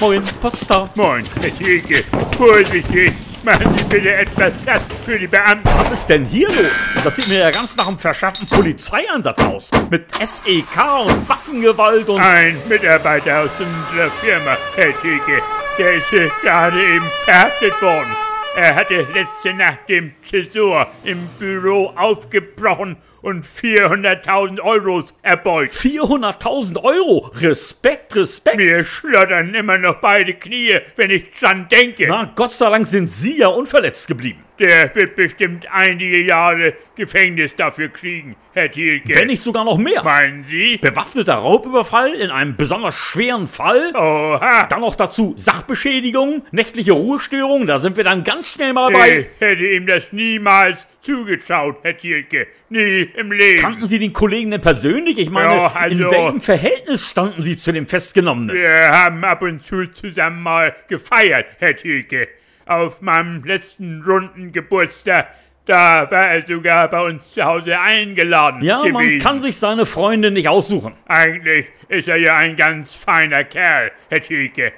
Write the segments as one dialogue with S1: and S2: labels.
S1: Moin, Potsdam.
S2: Moin, Herr Silke. Vorsichtig. Machen Sie bitte etwas Platz für die Beamten.
S1: Was ist denn hier los? Das sieht mir ja ganz nach einem verschärften Polizeieinsatz aus. Mit SEK und Waffengewalt und...
S2: Ein Mitarbeiter aus unserer Firma, Herr Silke, der ist äh, gerade eben verhaftet worden. Er hatte letzte Nacht dem Tresor im Büro aufgebrochen und 400.000 Euros erbeutet.
S1: 400.000 Euro. Respekt, Respekt.
S2: Mir schlottern immer noch beide Knie, wenn ich dran denke.
S1: Na, Gott sei Dank sind Sie ja unverletzt geblieben.
S2: Der wird bestimmt einige Jahre Gefängnis dafür kriegen, Herr Thielke.
S1: Wenn nicht sogar noch mehr.
S2: Meinen Sie?
S1: Bewaffneter Raubüberfall in einem besonders schweren Fall.
S2: Oh. Oha.
S1: Dann noch dazu Sachbeschädigung, nächtliche Ruhestörung. Da sind wir dann ganz schnell mal bei...
S2: Ich hätte ihm das niemals zugetraut, Herr Thielke. Nie im Leben.
S1: Kannten Sie den Kollegen denn persönlich? Ich meine,
S2: Ja, also-
S1: in welchem Verhältnis standen Sie zu dem Festgenommenen?
S2: Wir haben ab und zu zusammen mal gefeiert, Herr Thielke. Auf meinem letzten runden Geburtstag, da war er sogar bei uns zu Hause eingeladen.
S1: Ja,
S2: gewesen.
S1: man kann sich seine Freunde nicht aussuchen.
S2: Eigentlich ist er ja ein ganz feiner Kerl, Herr Thielke.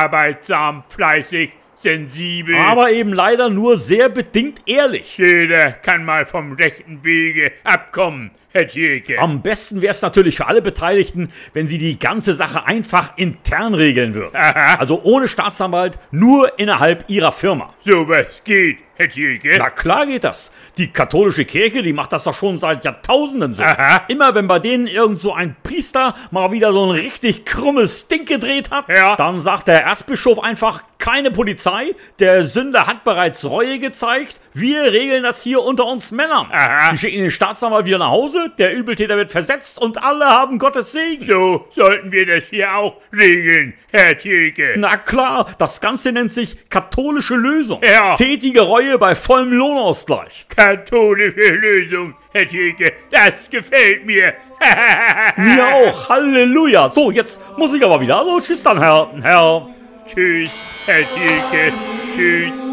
S2: Arbeitsam, fleißig, sensibel.
S1: Aber eben leider nur sehr bedingt ehrlich.
S2: jeder kann mal vom rechten Wege abkommen, Herr Thielke.
S1: Am besten wäre es natürlich für alle Beteiligten, wenn sie die ganze Sache einfach intern regeln würden.
S2: Aha.
S1: Also ohne Staatsanwalt, nur innerhalb ihrer Firma.
S2: Sowas geht, Herr Thielke.
S1: Na klar geht das. Die katholische Kirche, die macht das doch schon seit Jahrtausenden so.
S2: Aha.
S1: Immer wenn bei denen irgend so ein Priester mal wieder so ein richtig krummes Ding gedreht hat,
S2: Ja.
S1: dann sagt der Erzbischof einfach, keine Polizei, der Sünder hat bereits Reue gezeigt, wir regeln das hier unter uns Männern.
S2: Aha.
S1: Die schicken den Staatsanwalt wieder nach Hause, der Übeltäter wird versetzt und alle haben Gottes Segen.
S2: So sollten wir das hier auch regeln, Herr Thielke.
S1: Na klar, das Ganze nennt sich katholische Lösung.
S2: Ja.
S1: Tätige Reue bei vollem Lohnausgleich.
S2: Katholische Lösung, Herr Thielke. Das gefällt mir.
S1: Mir auch. Halleluja. So, jetzt muss ich aber wieder. Also, tschüss dann, Herr. Herr.
S2: Tschüss, Herr Thielke. Tschüss.